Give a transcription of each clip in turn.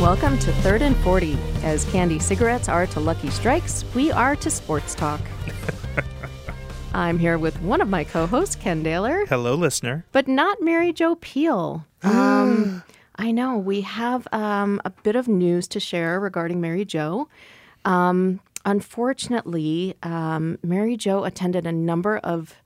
Welcome to Third and 40. As candy cigarettes are to lucky strikes, we are to sports talk. I'm here with one of my co hosts, Ken Daler, Hello, listener. but not Mary Jo Peel. Um, I know we have um, a bit of news to share regarding Mary Jo. Um, unfortunately, um, Mary Jo attended a number of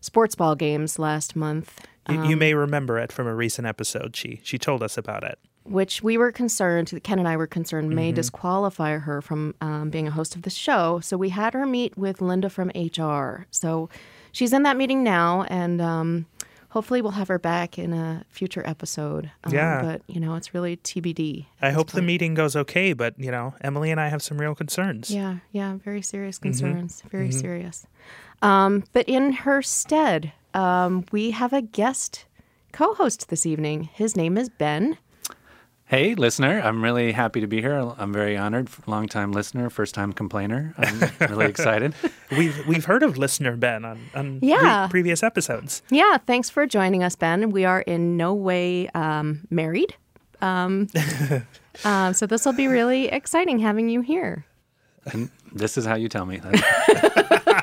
sports ball games last month You, you Um, may remember it from a recent episode. She she told us about it. which we were concerned, Ken and I were concerned, may disqualify her from um, being a host of the show. So we had her meet with Linda from HR. So she's in that meeting now, and um, hopefully we'll have her back in a future episode. Um, Yeah. But, you know, it's really TBD. I hope the meeting goes okay, but you know, Emily and I have some real concerns. Yeah, yeah, very serious concerns, very serious. Um, but in her stead, um, we have a guest co host this evening. His name is Ben. Hey, listener, I'm really happy to be here. I'm very honored. Long time listener, first time complainer. I'm really excited. We've we've heard of listener Ben on, on pre- Yeah. previous episodes. Yeah, thanks for joining us, Ben. We are in no way um, married. Um, uh, so this will be really exciting having you here. And this is how you tell me. That's-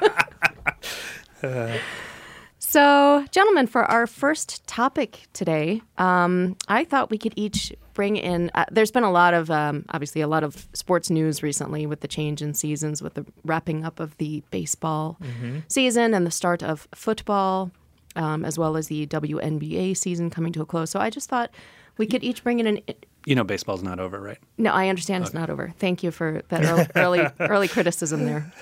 So, gentlemen, for our first topic today, um, I thought we could each bring in. Uh, there's been a lot of, um, obviously, a lot of sports news recently with the change in seasons, with the wrapping up of the baseball season and the start of football, um, as well as the WNBA season coming to a close. So, I just thought we could each bring in an You know, baseball's not over, right? No, I understand it's not over. Thank you for that early early, early criticism there.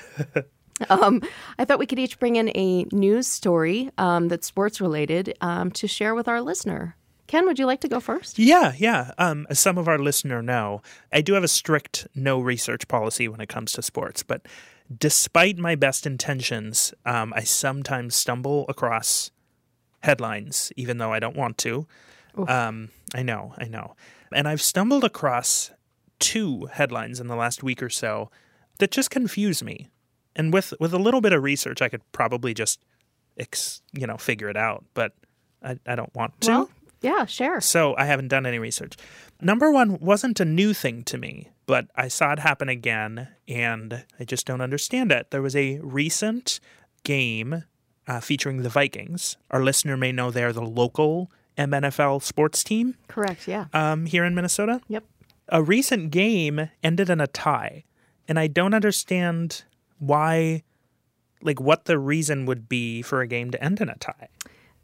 Um, I thought we could each bring in a news story um, that's sports related um, to share with our listener. Ken, would you like to go first? Yeah, yeah. Um, as some of our listener know, I do have a strict no research policy when it comes to sports. But despite my best intentions, um, I sometimes stumble across headlines, even though I don't want to. Um, I know, I know. And I've stumbled across two headlines in the last week or so that just confuse me. And with with a little bit of research, I could probably just, ex, you know, figure it out. But I, I don't want to. Well, yeah, share. So I haven't done any research. Number one wasn't a new thing to me, but I saw it happen again and I just don't understand it. There was a recent game uh, featuring the Vikings. Our listener may know they're the local MNFL sports team Correct. Yeah. um, here in Minnesota. Yep. A recent game ended in a tie, and I don't understand why, like, what the reason would be for a game to end in a tie.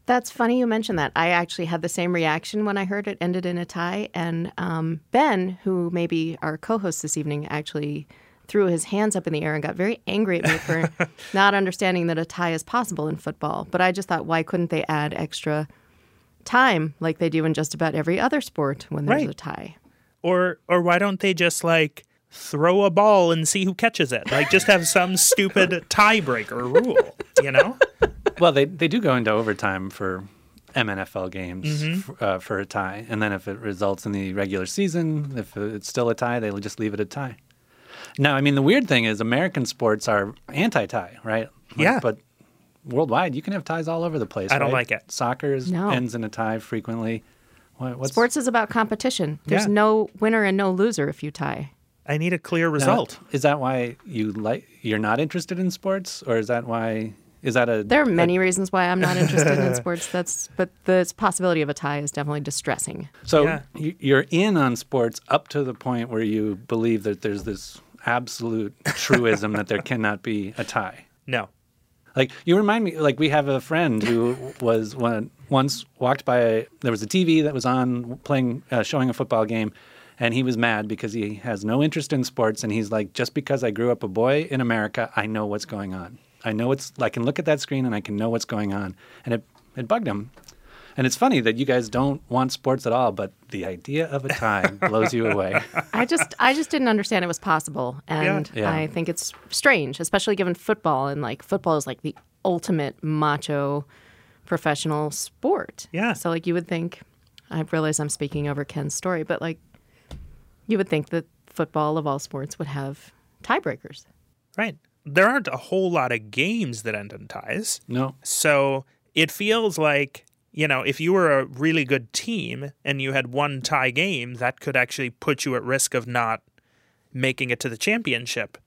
That's funny you mentioned that. I actually had the same reaction when I heard it ended in a tie. And um, Ben, who may be our co host this evening, actually threw his hands up in the air and got very angry at me for not understanding that a tie is possible in football. But I just thought, why couldn't they add extra time like they do in just about every other sport when there's Right. a tie? or or why don't they just like throw a ball and see who catches it like just have some stupid tiebreaker rule you know Well, they, they do go into overtime for MNFL games Mm-hmm. f- uh, for a tie. And then if it results in the regular season, if it's still a tie, they just leave it a tie. Now, I mean, the weird thing is American sports are anti tie, right? Like, Yeah. But worldwide, you can have ties all over the place. I don't like right? it. Soccer is, No. ends in a tie frequently. What, what's, Sports is about competition, there's Yeah. no winner and no loser if you tie. i need a clear Now, result Is that why you like you're not interested in sports, or is that why is that a There are many reasons why I'm not interested in sports. That's but the possibility of a tie is definitely distressing. so Yeah. you- you're in on sports up to the point where you believe that there's this absolute truism that there cannot be a tie. no Like you remind me, like we have a friend who was one, once walked by. A, there was a TV that was on playing, uh, showing a football game, and he was mad because he has no interest in sports, and he's like, just because I grew up a boy in America, I know what's going on. I know it's. I can look at that screen and I can know what's going on, and it it bugged him. And it's funny that you guys don't want sports at all, but the idea of a tie blows you away. I just I just didn't understand it was possible, and Yeah. I think it's strange, especially given football and like football is like the ultimate macho professional sport. Yeah. So like you would think, I realize I'm speaking over Ken's story, but like you would think that football of all sports would have tiebreakers. right there aren't a whole lot of games that end in ties No, so it feels like you know, if you were a really good team and you had one tie game, that could actually put you at risk of not making it to the championship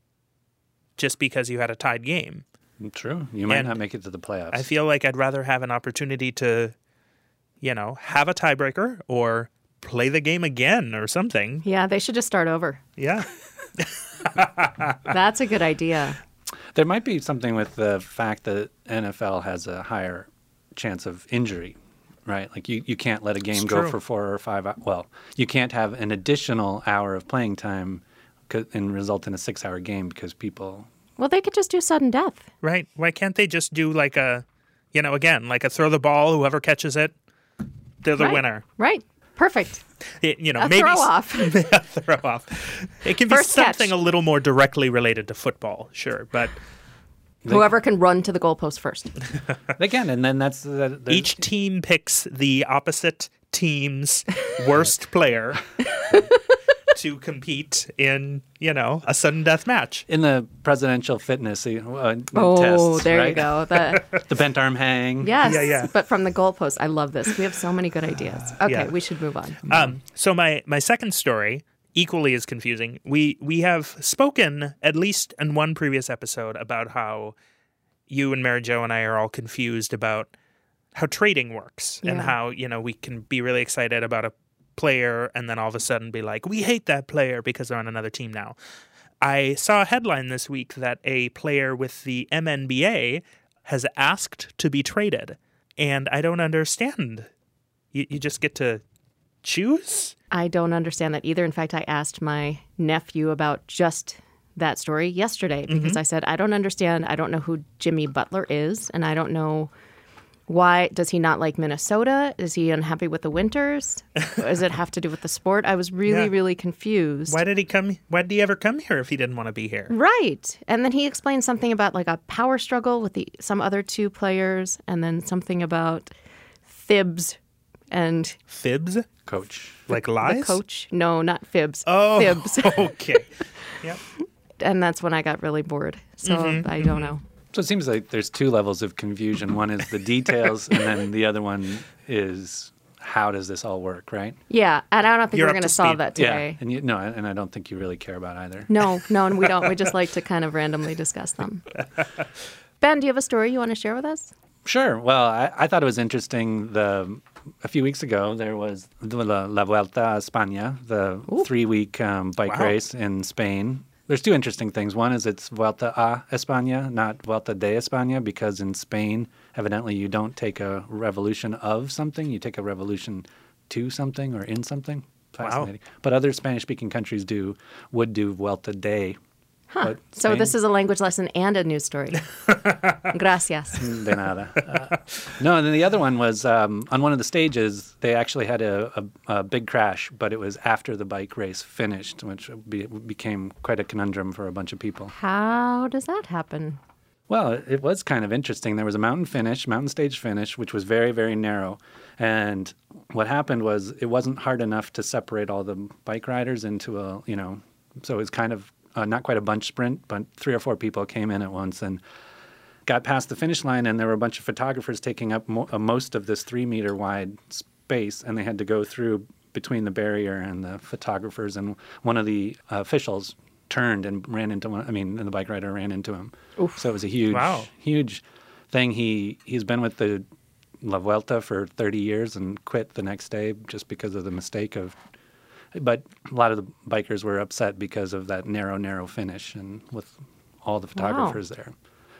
just because you had a tied game. True. You might And not make it to the playoffs. I feel like I'd rather have an opportunity to, you know, have a tiebreaker or play the game again or something. Yeah, they should just start over. Yeah. Ah. That's a good idea. there might be something with the fact that NFL has a higher chance of injury, right? Like you, you can't let a game go true. for four or five. hou- Well, you can't have an additional hour of playing time co- and result in a six-hour game because people. Well, they could just do sudden death. Right. Why can't they just do like a, you know, again, like a throw the ball, whoever catches it, they're the right? winner. Right. Perfect. It- you know, A maybe throw s- off. a throw off. It can First be catch. something a little more directly related to football, sure, but Whoever can run to the goalpost first. Again, and then that's uh, the, the each team picks the opposite team's worst player to compete in, you know, a sudden death match. in the presidential fitness uh, uh, Oh, tests, there you right? go. The, The bent arm hang. yes. Yeah, yeah. But from the goalpost, I love this. We have so many good ideas. Okay, Yeah. we should move on. Um, so my my second story equally is confusing. We we have spoken at least in one previous episode about how you and Mary Jo and I are all confused about how trading works and Yeah. how you know we can be really excited about a player and then all of a sudden be like we hate that player because they're on another team now. I saw a headline this week that a player with the MNBA has asked to be traded, and I don't understand. You, you just get to choose? I don't understand that either. In fact, I asked my nephew about just that story yesterday because Mm-hmm. I said, I don't understand. I don't know who Jimmy Butler is, and I don't know why does he not like Minnesota? Is he unhappy with the winters? Does it have to do with the sport? I was really, Yeah. really confused. Why did he come? Why did he ever come here if he didn't want to be here? Right. And then he explained something about like a power struggle with the some other two players and then something about Fibs and Fibs? Coach. Like the lies? coach. No, not Fibs. Oh, Fibs. okay. and that's when I got really bored. So I Mm-hmm. don't know. So it seems like there's two levels of confusion. One is the details, and then the other one is how does this all work, right? Yeah, and I don't think You're we're up going to to solve speed. that today. And you, no, and I don't think you really care about either. No, no, and we don't. We just like to kind of randomly discuss them. Ben, do you have a story you want to share with us? Sure. Well, I, I thought it was interesting. The a few weeks ago there was the La, La Vuelta a España, the three-week um, bike Wow. race in Spain. There's two interesting things. One is it's Vuelta a España, not Vuelta de España, because in Spain, evidently, you don't take a revolution of something; you take a revolution to something or in something. Fascinating. But other Spanish-speaking countries do would do Vuelta de. Huh. So this is a language lesson and a news story. Gracias. De nada. Uh, no, and then the other one was um, on one of the stages, they actually had a, a, a big crash, but it was after the bike race finished, which be, became quite a conundrum for a bunch of people. How does that happen? Well, it- it was kind of interesting. There was a mountain finish, mountain stage finish, which was very, very narrow. And what happened was it wasn't hard enough to separate all the bike riders into a, you know, so it was kind of uh, not quite a bunch sprint, but three or four people came in at once and got past the finish line. And there were a bunch of photographers taking up mo- uh, most of this three meter wide space, and they had to go through between the barrier and the photographers. And one of the uh, officials turned and ran into one. I mean, and the bike rider ran into him. So it was a huge Wow. huge thing. He he's been with the La Vuelta for 30 years and quit the next day just because of the mistake of. But a lot of the bikers were upset because of that narrow, narrow finish, and with all the photographers there.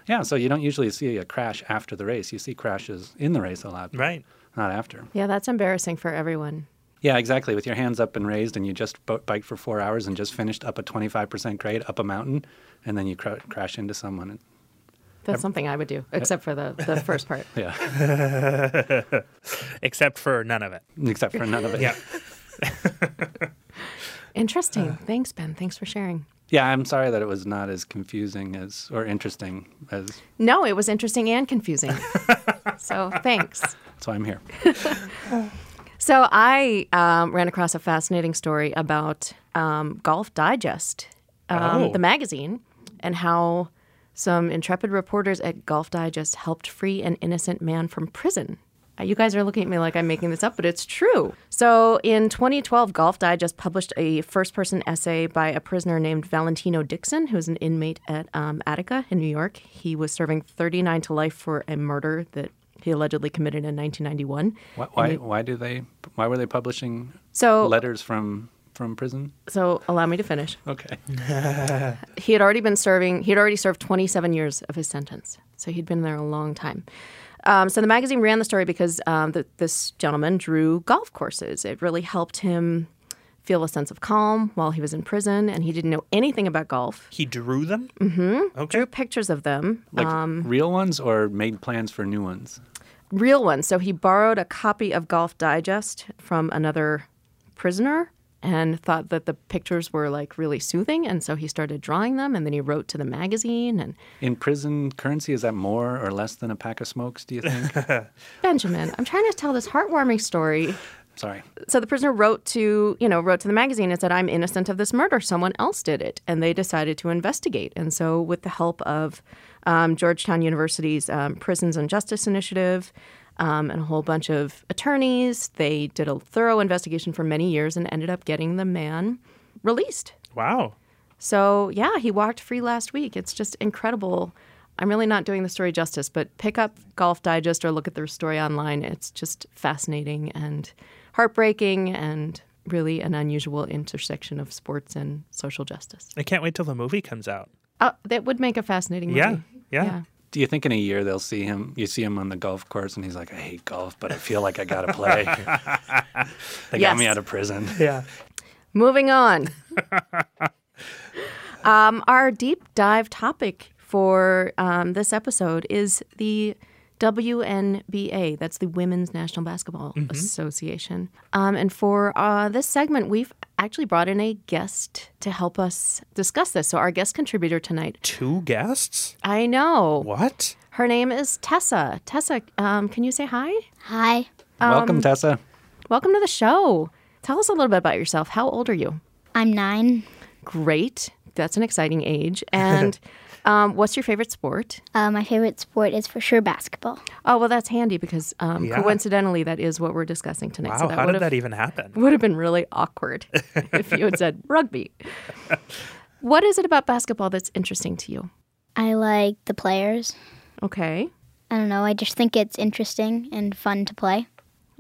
Yeah, so you don't usually see a crash after the race. You see crashes in the race a lot, Right. not after. Yeah, that's embarrassing for everyone. Yeah, exactly. With your hands up and raised, and you just bo- biked for four hours and just finished up a 25% grade up a mountain, and then you cra- crash into someone. That's something I would do, except for the, the first part. Yeah, Except for none of it. except for none of it. Yeah. Interesting. Thanks, Ben. Thanks for sharing. Yeah, I'm sorry that it was not as confusing as or interesting as. No, it was interesting and confusing. so thanks. So I'm here. So I um, ran across a fascinating story about um, Golf Digest, um, Oh. the magazine, and how some intrepid reporters at Golf Digest helped free an innocent man from prison. Uh, You guys are looking at me like I'm making this up, but it's true. So in 2012, Golf Die just published a first person essay by a prisoner named Valentino Dixon, who was an inmate at um, Attica in New York. He was serving 39 to life for a murder that he allegedly committed in 1991. Why, why, why do they? Why were they publishing So, letters from from prison? so allow me to finish. Okay. he had already been serving he had already served 27 years of his sentence so he'd been there a long time um, so the magazine ran the story because um, th this gentleman drew golf courses it really helped him feel a sense of calm while he was in prison and he didn't know anything about golf He drew them? Mm-hmm. Okay. drew pictures of them Like Um. real ones or made plans for new ones? real ones. So he borrowed a copy of Golf Digest from another prisoner and thought that the pictures were like really soothing and so he started drawing them and then he wrote to the magazine and In prison currency, is that more or less than a pack of smokes? Do you think? Benjamin, I'm trying to tell this heartwarming story. Sorry. So the prisoner wrote to, you know, wrote to the magazine and said, "I'm innocent of this murder. Someone else did it." And they decided to investigate. And so, with the help of um, Georgetown University's um, Prisons and Justice Initiative um, and a whole bunch of attorneys, they did a thorough investigation for many years and ended up getting the man released. Wow. So yeah, he walked free last week. It's just incredible. I'm really not doing the story justice, but pick up Golf Digest or look at their story online. It's just fascinating and heartbreaking and really an unusual intersection of sports and social justice. I can't wait till the movie comes out. Uh, that would make a fascinating movie. Yeah, yeah. Do you think in a year they'll see him? You see him on the golf course, and he's like, "I hate golf, but I feel like I gotta play." they got Yes. me out of prison. Yeah. Moving on. um, our deep dive topic for um, this episode is the WNBA. That's the Women's National Basketball Association. Um, and for uh, this segment, we've actually brought in a guest to help us discuss this. So, our guest contributor tonight, Two guests? I know. What? Her name is Tessa. Tessa, um, can you say hi? Hi, Welcome, Tessa. Welcome to the show. Tell us a little bit about yourself. How old are you? I'm nine. great. That's an exciting age. And um, what's your favorite sport? Uh, my favorite sport is for sure basketball. Oh, well, that's handy because um, Yeah. coincidentally, that is what we're discussing tonight. Wow, so that how would did have, that e-, even happen? would have been really awkward if you had said rugby. What is it about basketball that's interesting to you? I like the players. Okay. I don't know. I just think it's interesting and fun to play.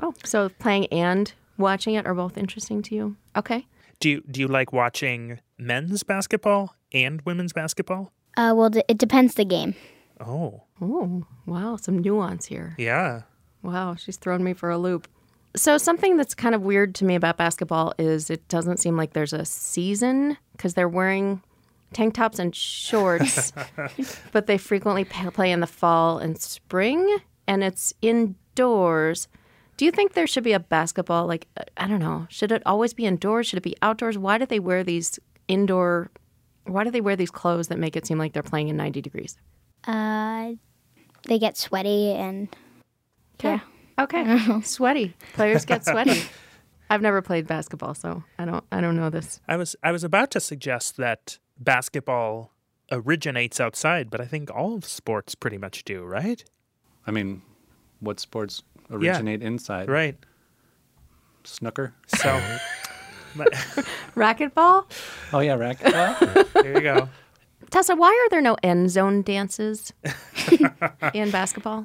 Oh, so playing and watching it are both interesting to you. Okay. Do you do you like watching men's basketball and women's basketball? Uh, well, d- it depends the game. Oh. Oh, wow. Some nuance here. Yeah. Wow, she's thrown me for a loop. So, something that's kind of weird to me about basketball is it doesn't seem like there's a season because they're wearing tank tops and shorts, but they frequently pa- play in the fall and spring, and it's indoors. Do you think there should be a basketball? Like, uh, I don't know. Should it always be indoors? Should it be outdoors? Why do they wear these indoor? Why do they wear these clothes that make it seem like they're playing in 90 degrees? Uh, they get sweaty and Okay. Okay. sweaty. Players get sweaty. I've never played basketball, so I don't I don't know this. I was I was about to suggest that basketball originates outside, but I think all of sports pretty much do, right? I mean, what sports originate inside? Right. Snooker. So Racquetball? Oh yeah, racquetball. there you go. Tessa, why are there no end zone dances in basketball?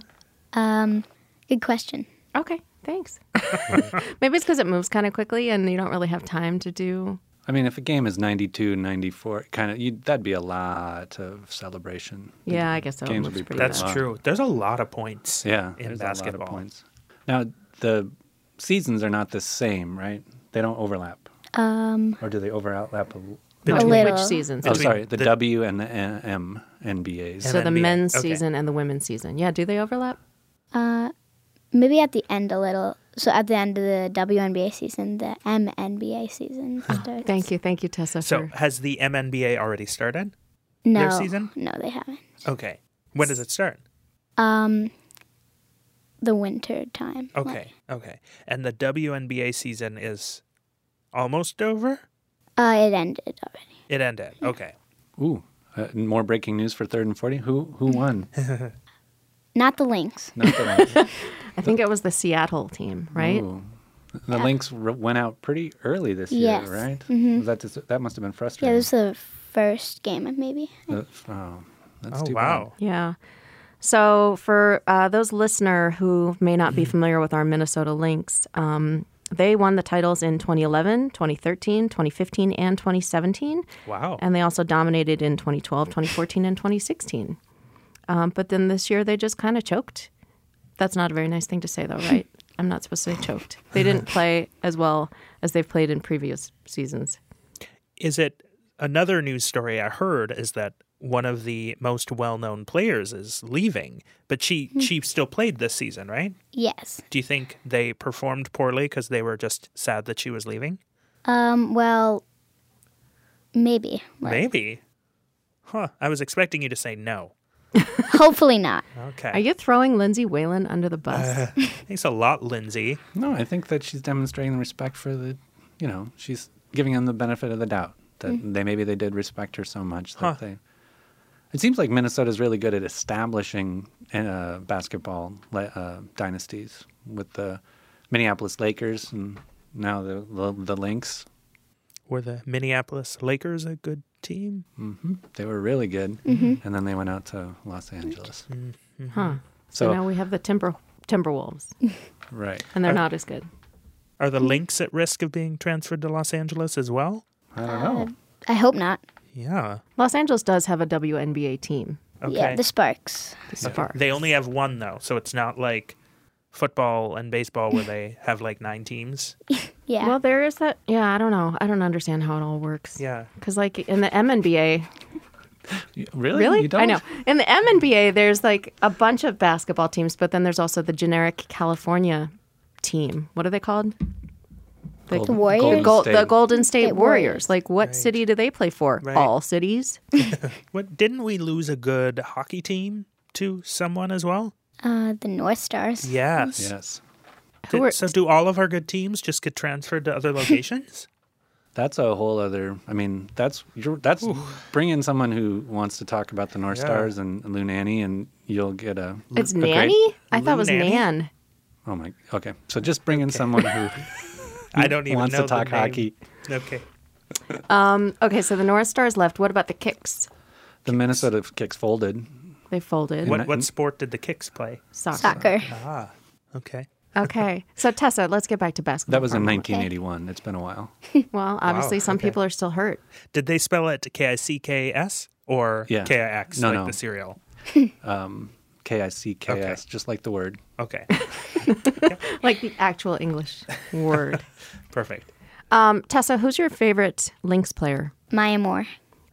um, good question. Okay, thanks. Maybe it's because it moves kind of quickly and you don't really have time to do. I mean, if a game is 92, 94, kind of, you that'd be a lot of celebration. Yeah, I guess so. Games would Looks be pretty pretty That's bad. Wow. true. There's a lot of points Yeah, in there's basketball. A lot of points. Now the seasons are not the same, right? They don't overlap, Um, or do they overlap? A l- No, A little. Which seasons? oh, Between sorry, the, the- W and the A- M NBAs. so the NBA. men's Okay. season and the women's season. Yeah, do they overlap? Uh, maybe at the end a little. So at the end of the WNBA season, the MNBA season starts. Thank you, thank you, Tessa. So for, has the MNBA already started? No, Their season? no, they haven't. Okay. When does it start? Um, the winter time. like- Okay. Okay. And the WNBA season is almost over? Uh, it ended already. It ended. Okay. Ooh, uh, more breaking news for third and forty. Who who won? Not the Lynx. Not the Lynx. I think it was the Seattle team, right? Ooh. The Lynx r- went out pretty early this Yes. Mm-hmm. year, right? Was that just, that must have been Yeah, frustrating. this is the first game, maybe. Uh, oh, that's Oh too wow. Yeah. So for uh, those listener who may not be familiar with our Minnesota Lynx, um, they won the titles in 2011, 2013, 2015, and 2017. Wow. And they also dominated in 2012, 2014, and 2016. Um, but then this year they just kind of choked. That's not a very nice thing to say, though, right? I'm not supposed to say choked. They didn't play as well as they've played in previous seasons. Is it another news story I heard is that one of the most well-known players is leaving, but she she still played this season, right? Yes. Do you think they performed poorly because they were just sad that she was leaving? Um. Well, maybe. Like, Maybe. Huh. I was expecting you to say no. hopefully not. Okay. Are you throwing Lindsay Whalen under the bus? Thanks a lot, Lindsay. No, I think that she's demonstrating respect for the, you know, she's giving them the benefit of the doubt that Mm-hmm. they maybe they did respect her so much that Huh. they. It seems like Minnesota's really good at establishing uh, basketball le- uh, dynasties with the Minneapolis Lakers and now the the, the Lynx. Were the Minneapolis Lakers a good team? hmm They were really good, Mm-hmm. and then they went out to Los Angeles. Huh. So, So- now we have the Timber Timberwolves, Right. and Uh, they're not as good. Are the Lynx at risk of being transferred to Los Angeles as well? I don't Uh, know. I hope not. Yeah. Los Angeles does have a WNBA team. Okay. Yeah, the Sparks. The Sparks. They only have one though, so it's not like football and baseball where they have like nine teams. Yeah. Well, there is that. Yeah, I don't know. I don't understand how it all works. Yeah. Because like in the MNBA, Y- Really? really? You don't? I know. In the MNBA, there's like a bunch of basketball teams, but then there's also the generic California team. What are they called? Gold- The Warriors? Golden Gold, State. the Golden State State Warriors. Warriors. Like, what city do they play for? Right. All cities. What didn't we lose a good hockey team to someone as well? uh, the North Stars. Yes. Yes. Who Did- are- so do all of our good teams just get transferred to other locations? That's a whole other. I mean, that's you're, that's bring in someone who wants to talk about the North Yeah. Stars and, and Lou Nanny, and you'll get a. It's a great- Nanny. I thought it was Nanny? Nan. oh my. Okay, so just bring in someone who I don't even wants know to talk the name. hockey. Okay. Um, Okay, so the North Stars left. What about the Kicks? The Minnesota Kicks folded. They folded. What that- what sport did the Kicks play? Soccer. Soccer. Ah. Okay. Okay. So Tessa, let's get back to basketball. That was for a in moment. 1981. It's been a while. Well, obviously, some okay. people are still hurt. Did they spell it K I C K S or Yeah. K I X No, like no. the cereal? K I C K S, Okay. just like the word. Okay. Like the actual English word. Perfect. Um, Tessa, who's your favorite Lynx player, Maya Moore.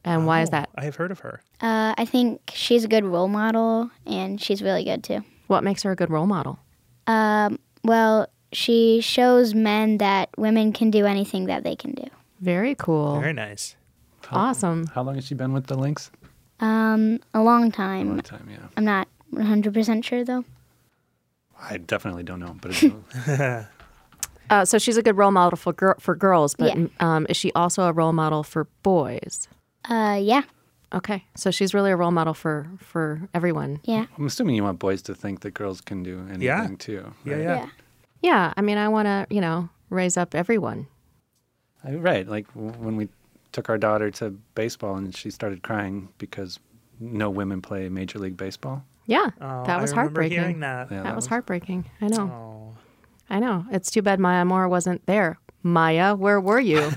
and why is Oh, that? I have heard of her. Uh, I think she's a good role model, and she's really good too. Um, What makes her a good role model? Well, she shows men that women can do anything that they can do. Very cool. Very nice. awesome. How long has she been with the Lynx? Um, A a long long time. time, yeah. I'm not 100% sure though. I definitely don't know, but it's, Uh, so she's a good role model for gir- for girls, but Yeah. um, is she also a role model for boys? Uh, yeah, Okay, so she's really a role model for for everyone. yeah, I'm assuming you want boys to think that girls can do anything Yeah. too. Yeah, right? yeah. yeah. Yeah, I mean, I want to you know raise up everyone. I, right. Like w- when we took our daughter to baseball and she started crying because no women play Major League Baseball. Yeah, Oh, that I was remember heartbreaking. Hearing that. Yeah, that was heartbreaking. I know. Oh. I know. It's too bad Maya Moore wasn't there. Maya, where were you?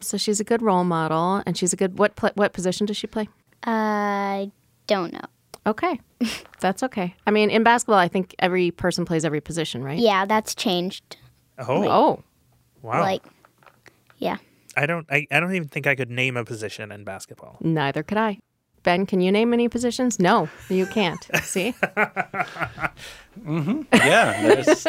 so she's a good role model, and she's a good what pl- what position does she play? I Uh, don't know. Okay, that's okay. I mean, in basketball, I think every person plays every position, right? Yeah, that's changed. Oh, Oh, wow. Like, yeah. I don't I, I don't even think I could name a position in basketball. neither could I. Ben, can you name any positions? No, you can't. See Yeah. There's,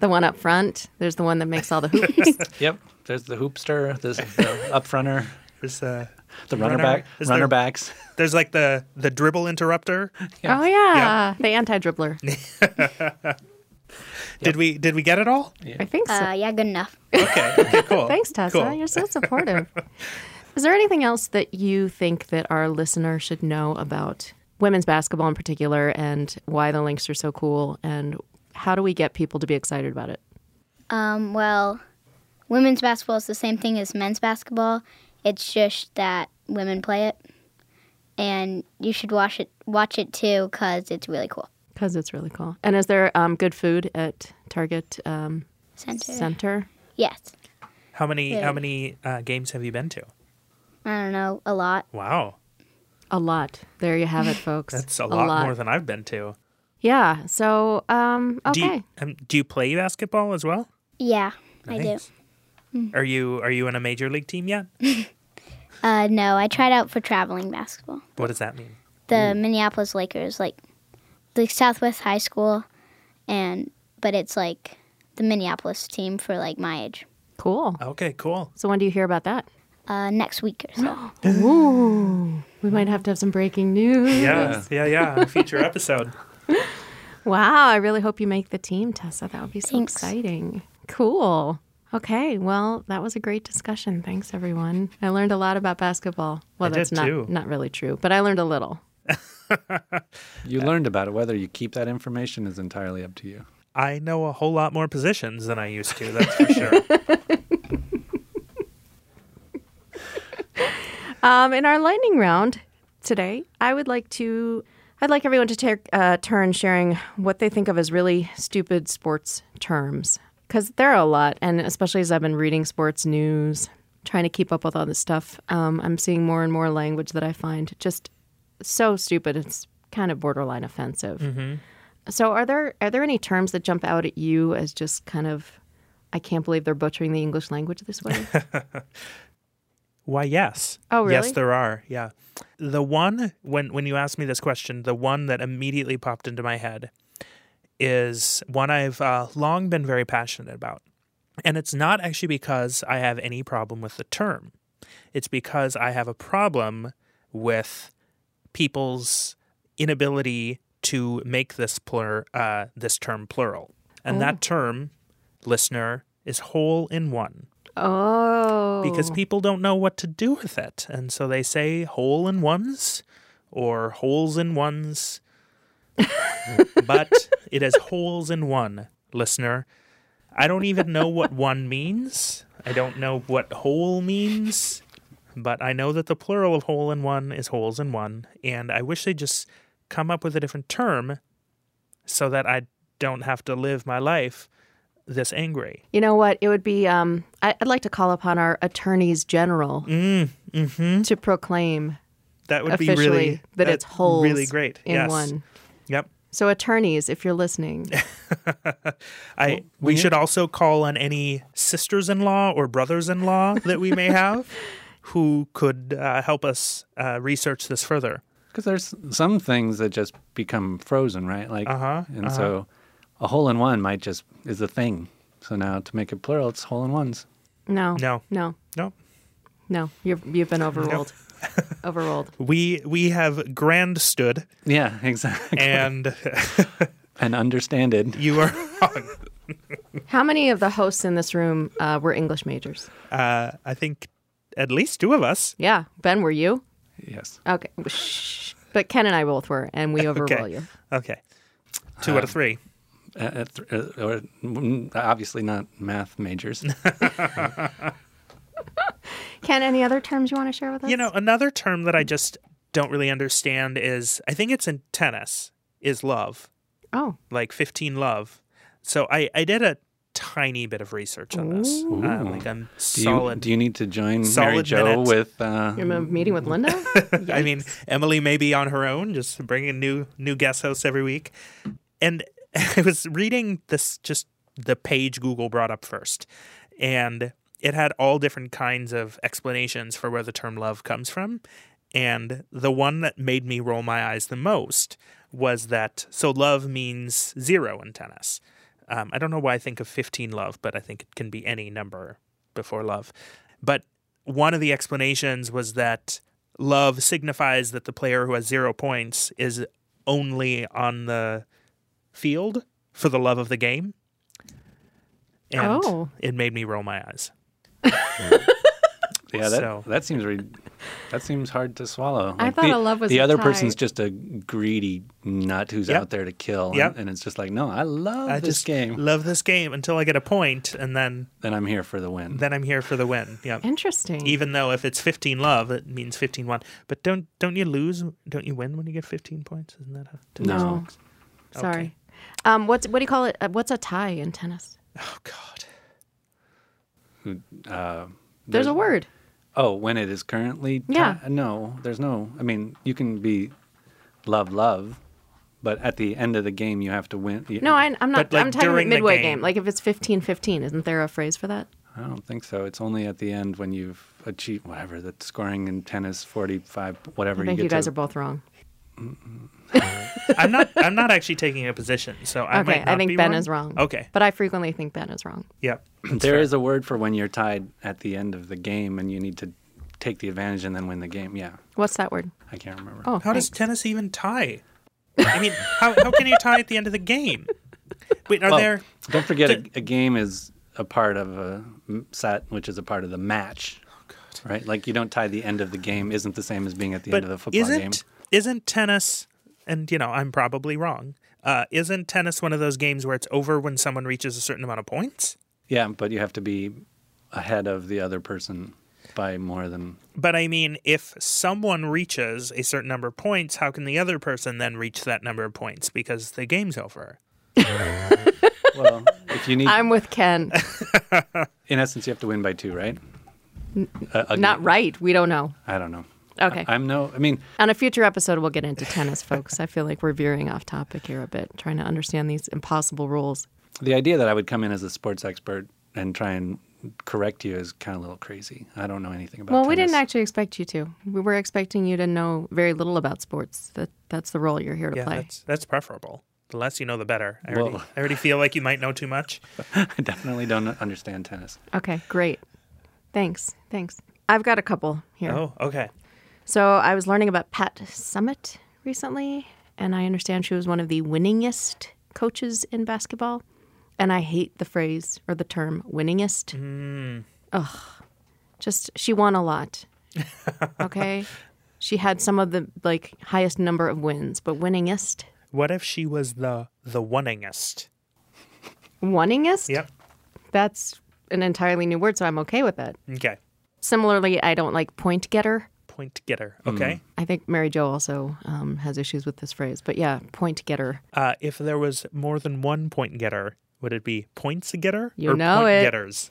the one up front. There's the one that makes all the hoops. yep. There's the hoopster, there's the up fronter, There's uh the runner, Runner- back, is runner there- backs. there's like the the dribble interrupter. Yeah. Oh yeah, the anti dribbler. Did we did we get it all? I think so. Uh, yeah, good enough. Okay. okay, cool. Thanks, Tessa. Cool. You're so supportive. Is there anything else that you think that our listener should know about women's basketball in particular and why the links are so cool and how do we get people to be excited about it? Um, well, women's basketball is the same thing as men's basketball. It's just that women play it, and you should watch it watch it too because it's really cool. Because it's really cool. And is there um, good food at Target um, Center. Center? Yes, How many Yeah. how many uh, games have you been to? I don't know a lot. Wow, A lot. There you have it, folks. that's a, lot, more than I've been to. Yeah. So, um, okay. Do you, um, do you play basketball as well? Yeah, I do. Nice. Are you are you in a major league team yet? Uh, no, I tried out for traveling basketball. What does that mean? The Minneapolis Lakers, like the Southwest High School, and but it's like the Minneapolis team for like my age. cool. Okay, cool. So, when do you hear about that? Uh, next week or so. We might have to have some breaking news. Yeah, yeah, yeah. A future episode. Wow. I really hope you make the team, Tessa. That would be so Thanks. exciting. Cool. Okay. Well, that was a great discussion. Thanks, everyone. I learned a lot about basketball. Well, I did that's not, too. not really true, but I learned a little. You learned about it. Whether you keep that information is entirely up to you. I know a whole lot more positions than I used to. That's for sure. Um, in our lightning round today, I would like to. I'd like everyone to take a turn sharing what they think of as really stupid sports terms. Because there are a lot, and especially as I've been reading sports news, trying to keep up with all this stuff, um, I'm seeing more and more language that I find just so stupid. It's kind of borderline offensive. So, are there are there any terms that jump out at you as just kind of, I can't believe they're butchering the English language this way? Why, yes. Oh, Yes, really? there are. Yeah. The one when when you asked me this question, the one that immediately popped into my head is one I've uh, long been very passionate about, and it's not actually because I have any problem with the term. It's because I have a problem with people's inability to make this plur uh, this term plural, and Oh. that term, listener, is whole in one oh, because people don't know what to do with it. And so they say hole in ones or holes in ones. but it is holes in one, listener. I don't even know what one means. I don't know what hole means. But I know that the plural of hole in one is holes in one. And I wish they'd just come up with a different term so that I don't have to live my life this angry. You know what? It would be. Um, I, I'd like to call upon our attorneys general to proclaim That Mm, mm-hmm. would be officially really that that- it's holes Really great. in yes. one. Yep. So attorneys, if you're listening, I we should also call on any sisters-in-law or brothers-in-law that we may have who could uh, help us uh, research this further. Because there's some things that just become frozen, right? Like, Uh-huh, and so a hole in one might just is a thing. So now to make it plural, it's hole in ones. no, No. no, No. no, you've you've been overruled, overruled. We we have grand stood Yeah, exactly. and And understand it. you are How many of the hosts in this room uh, were English majors? uh, I think at least two of us. Yeah, Ben, were you? Yes. Okay, Shh. but Ken and I both were, and we overrule Okay. you. Okay. Two out of three. Uh, uh, th- uh, or mm, obviously not math majors. Ken, any other terms you want to share with us? You know, another term that I just don't really understand is I think it's in tennis is love. oh, like 15 love. So I, I did a tiny bit of research on this. Uh, like I'm Do solid. you do you need to join Mary Solid Jo minute. with? Uh, you're in a meeting with Linda. I mean, Emily may be on her own, just bringing new new guest hosts every week. And I was reading this just the page Google brought up first, and it had all different kinds of explanations for where the term love comes from. And the one that made me roll my eyes the most was that so love means zero in tennis. Um, I don't know why I think of 15 love, but I think it can be any number before love. But one of the explanations was that love signifies that the player who has zero points is only on the field for the love of the game. And Oh. it made me roll my eyes. Yeah, that, So- that seems re- that seems hard to swallow. I Like, thought the, a love was the a other tie. person's just a greedy nut who's Yep. out there to kill, and- Yep. and, it's just like, no, I love I this just game. love this game until I get a point, and then then I'm here for the win. then I'm here for the win. Yeah. Oh. Interesting. Even though if it's 15 love, it means 15 1. But don't don't you lose? Don't you win when you get 15 points? Isn't that how? to- No. No. Sorry. Um, what's what do you call it? Uh, what's a tie in tennis? Oh God. Uh, There's, a word. Oh, when it is currently. ti- Yeah. no, there's no. I mean, you can be love, love, but at the end of the game, you have to win. you- No, I, I'm not. But, like, I'm talking about during the midway game. game. Like if it's 15-15, isn't there a phrase for that? I don't think so. It's only at the end when you've achieved whatever the scoring in tennis, 45, whatever I think you get you guys to. are both wrong. I'm not. I'm not actually taking a position, so I okay, might not I think be Ben wrong. is wrong. Okay. but I frequently think Ben is wrong. Yep. There is a word for when you're tied at the end of the game and you need to take the advantage and then win the game. Yeah, What's that word? I can't remember. Oh, How does thanks. tennis even tie? I mean, how how can you tie at the end of the game? Wait, are Well, there? Don't forget, a, a game is a part of a m- set, which is a part of the match. Right, like you don't tie the end of the game isn't the same as being at the But end of the football isn't game. isn't tennis? And you know, I'm probably wrong. Uh, isn't tennis one of those games where it's over when someone reaches a certain amount of points? Yeah, but you have to be ahead of the other person by more than. But I mean, if someone reaches a certain number of points, how can the other person then reach that number of points because the game's over? Well, if you need, I'm with Ken. in essence, you have to win by two, right? A- a- not right. We don't know. I don't know. Okay. I, am no. I mean, On a future episode, we'll get into tennis, folks. I feel like we're veering off topic here a bit, trying to understand these impossible rules. the idea that I would come in as a sports expert and try and correct you is kind of a little crazy. I don't know anything about. Well, we didn't tennis. actually expect you to. We were expecting you to know very little about sports. That that's the role you're here to Yeah, play. that's that's preferable. The less you know, the better. I already, Whoa. I already feel like you might know too much. I definitely don't understand tennis. Okay, great. Thanks. Thanks. I've got a couple here. Oh, okay. So I was learning about Pat Summit recently, and I understand she was one of the winningest coaches in basketball. And I hate the phrase or the term winningest. Ugh. Just she won a lot. Okay. she had some of the like highest number of wins, but winningest, What if she was the the winningest? winningest. Yep. That's an entirely new word, so I'm okay with that. Okay. Similarly, I don't like point getter. Point getter. Okay. I think Mary Jo also um, has issues with this phrase, but yeah, point getter. Uh, if there was more than one point getter, would it be points getter You or know point it. getters?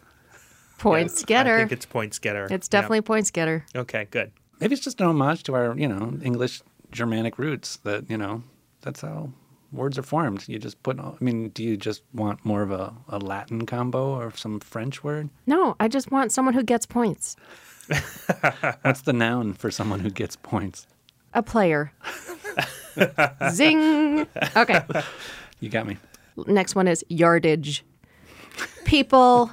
Points I getter. think it's points getter. It's Yeah. definitely points getter. Okay. Good. Maybe it's just an homage to our, you know, English Germanic roots that, you know, that's how words are formed. You just put, I mean, do you just want more of a, a Latin combo or some French word? No, I just want someone who gets points. What's the noun for someone who gets points? A player. Zing. Okay. You got me. Next one is yardage. People.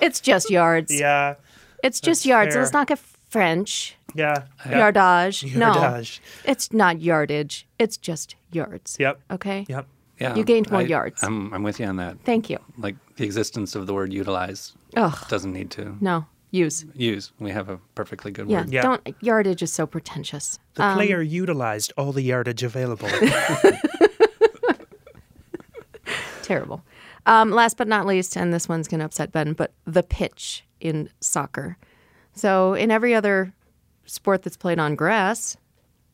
It's just yards. Yeah. it's just yards. fair. Let's not get French. Yeah. Yardage. Yardage. No. It's not yardage. It's just yards. Yep. Okay. Yep. Yeah. You gained more yards. I'm, I'm with you on that. Thank you. Like the existence of the word utilize Ugh. doesn't need to No. Use. use. We have a perfectly good Yeah. word. Yeah. Don't yardage is so pretentious. The player utilized all the yardage available. terrible. Um, last but not least, and this one's going to upset Ben, but the pitch in soccer. So, in every other sport that's played on grass,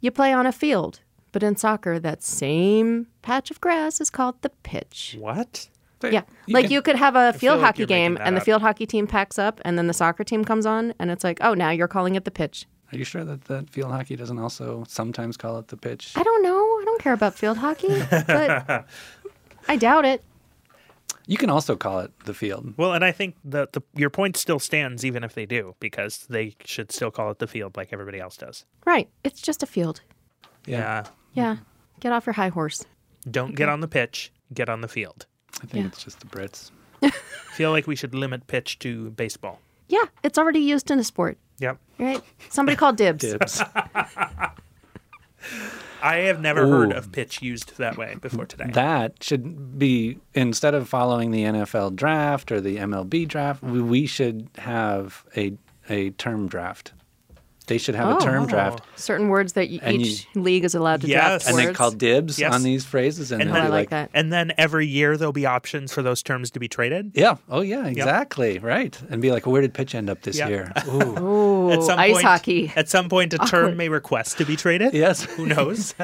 you play on a field. But in soccer, that same patch of grass is called the pitch. what? But Yeah. like can- you could have a field like hockey you're making game, that and the up. field hockey team packs up, and then the soccer team comes on, and it's like, oh, now you're calling it the pitch. Are you sure that, that field hockey doesn't also sometimes call it the pitch? I don't know. I don't care about field hockey, but I doubt it. You can also call it the field. Well, and I think that the, your point still stands even if they do, because they should still call it the field like everybody else does. Right. It's just a field. Yeah. Yeah. Get off your high horse. Don't get on the pitch, get on the field. I think Yeah. it's just the Brits. Feel like we should limit pitch to baseball. Yeah, it's already used in a sport, Yep. right? Somebody called dibs. Dibs. I have never heard Ooh. of pitch used that way before today. that should be instead of following the NFL draft or the MLB draft, we, we should have a a term draft. They should have a term Oh. draft. Certain words that y- And each league is allowed to Yes. draft And words. they call dibs Yes. on these phrases, and, And they'll then- I be like that. And then every year there'll be options for those terms to be traded. "Yeah, oh yeah, exactly, right," and be like, "Where did pitch end up this Yeah. year?" Ooh. Ooh, at some ice point, hockey. At some point, a term may request to be traded. yes, Who knows?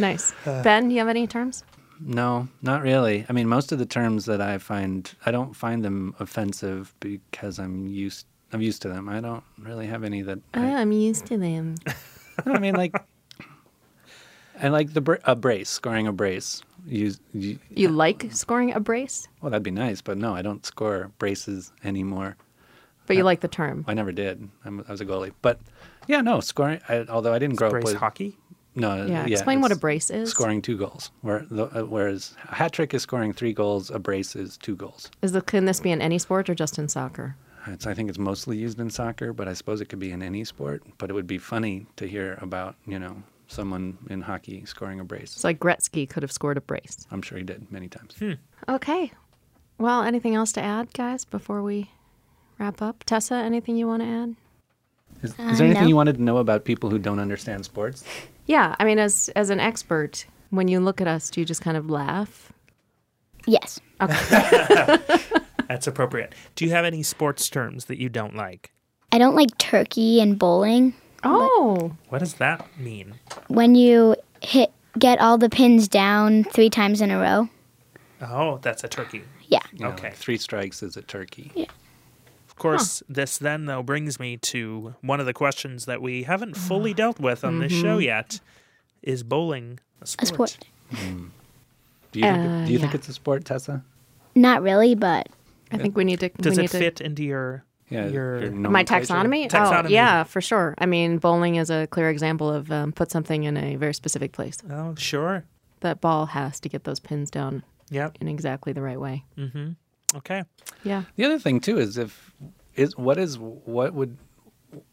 Nice. Uh. ben, you have any terms? No, not really. I mean, most of the terms that I find, I don't find them offensive because I'm used. I'm used to them. I don't really have any that. I, I'm used to them. Ah. No, I mean, like, I like the br- a brace, scoring a brace. Use you, You like scoring a brace, well, that'd be nice, but no, I don't score braces anymore. but you Uh, like the term. I never did. I'm, I was a goalie, but yeah, no scoring. I, although I didn't grow up Brace with hockey. No, Yeah, explain what a brace is. Scoring two goals, where, the- uh, whereas a hat trick is scoring three goals, a brace is two goals. Is the, can this be in any sport or just in soccer? It's, I think it's mostly used in soccer, but I suppose it could be in any sport. But it would be funny to hear about, you know, someone in hockey scoring a brace. It's like Gretzky could have scored a brace. I'm sure he did many times. Okay. Well, anything else to add, guys, before we wrap up? Tessa, anything you want to add? Is, Uh, is there anything no. you wanted to know about people who don't understand sports? Yeah, I mean, as as an expert, when you look at us, do you just kind of laugh? Yes. That's appropriate. Do you have any sports terms that you don't like? I don't like turkey and bowling. Oh, What does that mean? When you hit get all the pins down three times in a row. Oh, that's a turkey. Yeah. You know, Okay. like three strikes is a turkey. Of course, this then, though, brings me to one of the questions that we haven't fully Mm-hmm. dealt with on this show yet is bowling a sport? A sport. Do you, think, Uh, it- do you think yeah. it's a sport, Tessa? Not really, but I think we need to. Does we it need fit into your Yeah. your, my nomenclature? taxonomy? Oh, Taxonomy. yeah, for sure. I mean, bowling is a clear example of um, put something in a very specific place. Oh, sure. That ball has to get those pins down Yep. in exactly the right way. Okay. Yeah. The other thing too is if is what is what would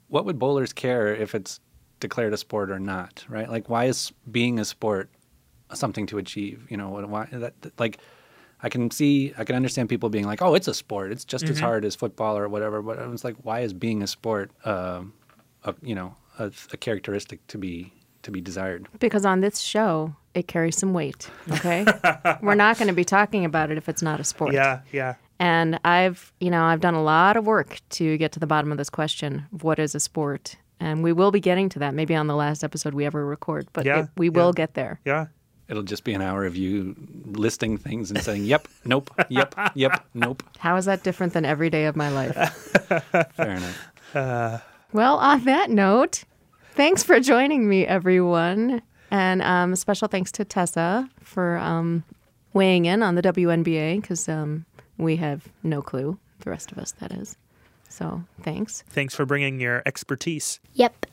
what would bowlers care if it's declared a sport or not, right? Like why is being a sport something to achieve? You know, what- why that like I can see I can understand people being like, "Oh, it's a sport. It's just as hard as football or whatever." But I was like, why is being a sport um a, you know, a, a characteristic to be to be desired? Because on this show, it carries some weight. Okay, we're not going to be talking about it if it's not a sport. Yeah, yeah. And I've, you know, I've done a lot of work to get to the bottom of this question: of what is a sport? And we will be getting to that maybe on the last episode we ever record, but Yeah, it- we will yeah. get there. Yeah. It'll just be an hour of you listing things and saying, "Yep, nope, yep, yep, nope." How is that different than every day of my life? Fair enough. well, on that note, thanks for joining me, everyone. And um, special thanks to Tessa for um, weighing in on the WNBA because um, we have no clue, the rest of us, that is. So thanks. Thanks for bringing your expertise. yep.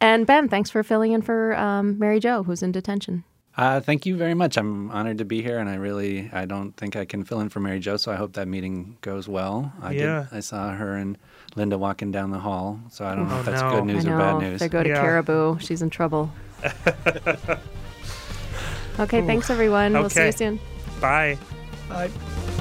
And Ben, thanks for filling in for um, Mary Jo, who's in detention. Uh, thank you very much. I'm honored to be here, and I really I don't think I can fill in for Mary Jo, so I hope that meeting goes well. I Yeah. did, I saw her and Linda walking down the hall, so I don't know if Oh, that's no. good news I know. or bad news. They go to Yeah. Caribou. She's in trouble. okay, thanks, everyone. We'll see Okay. you soon. Bye. I-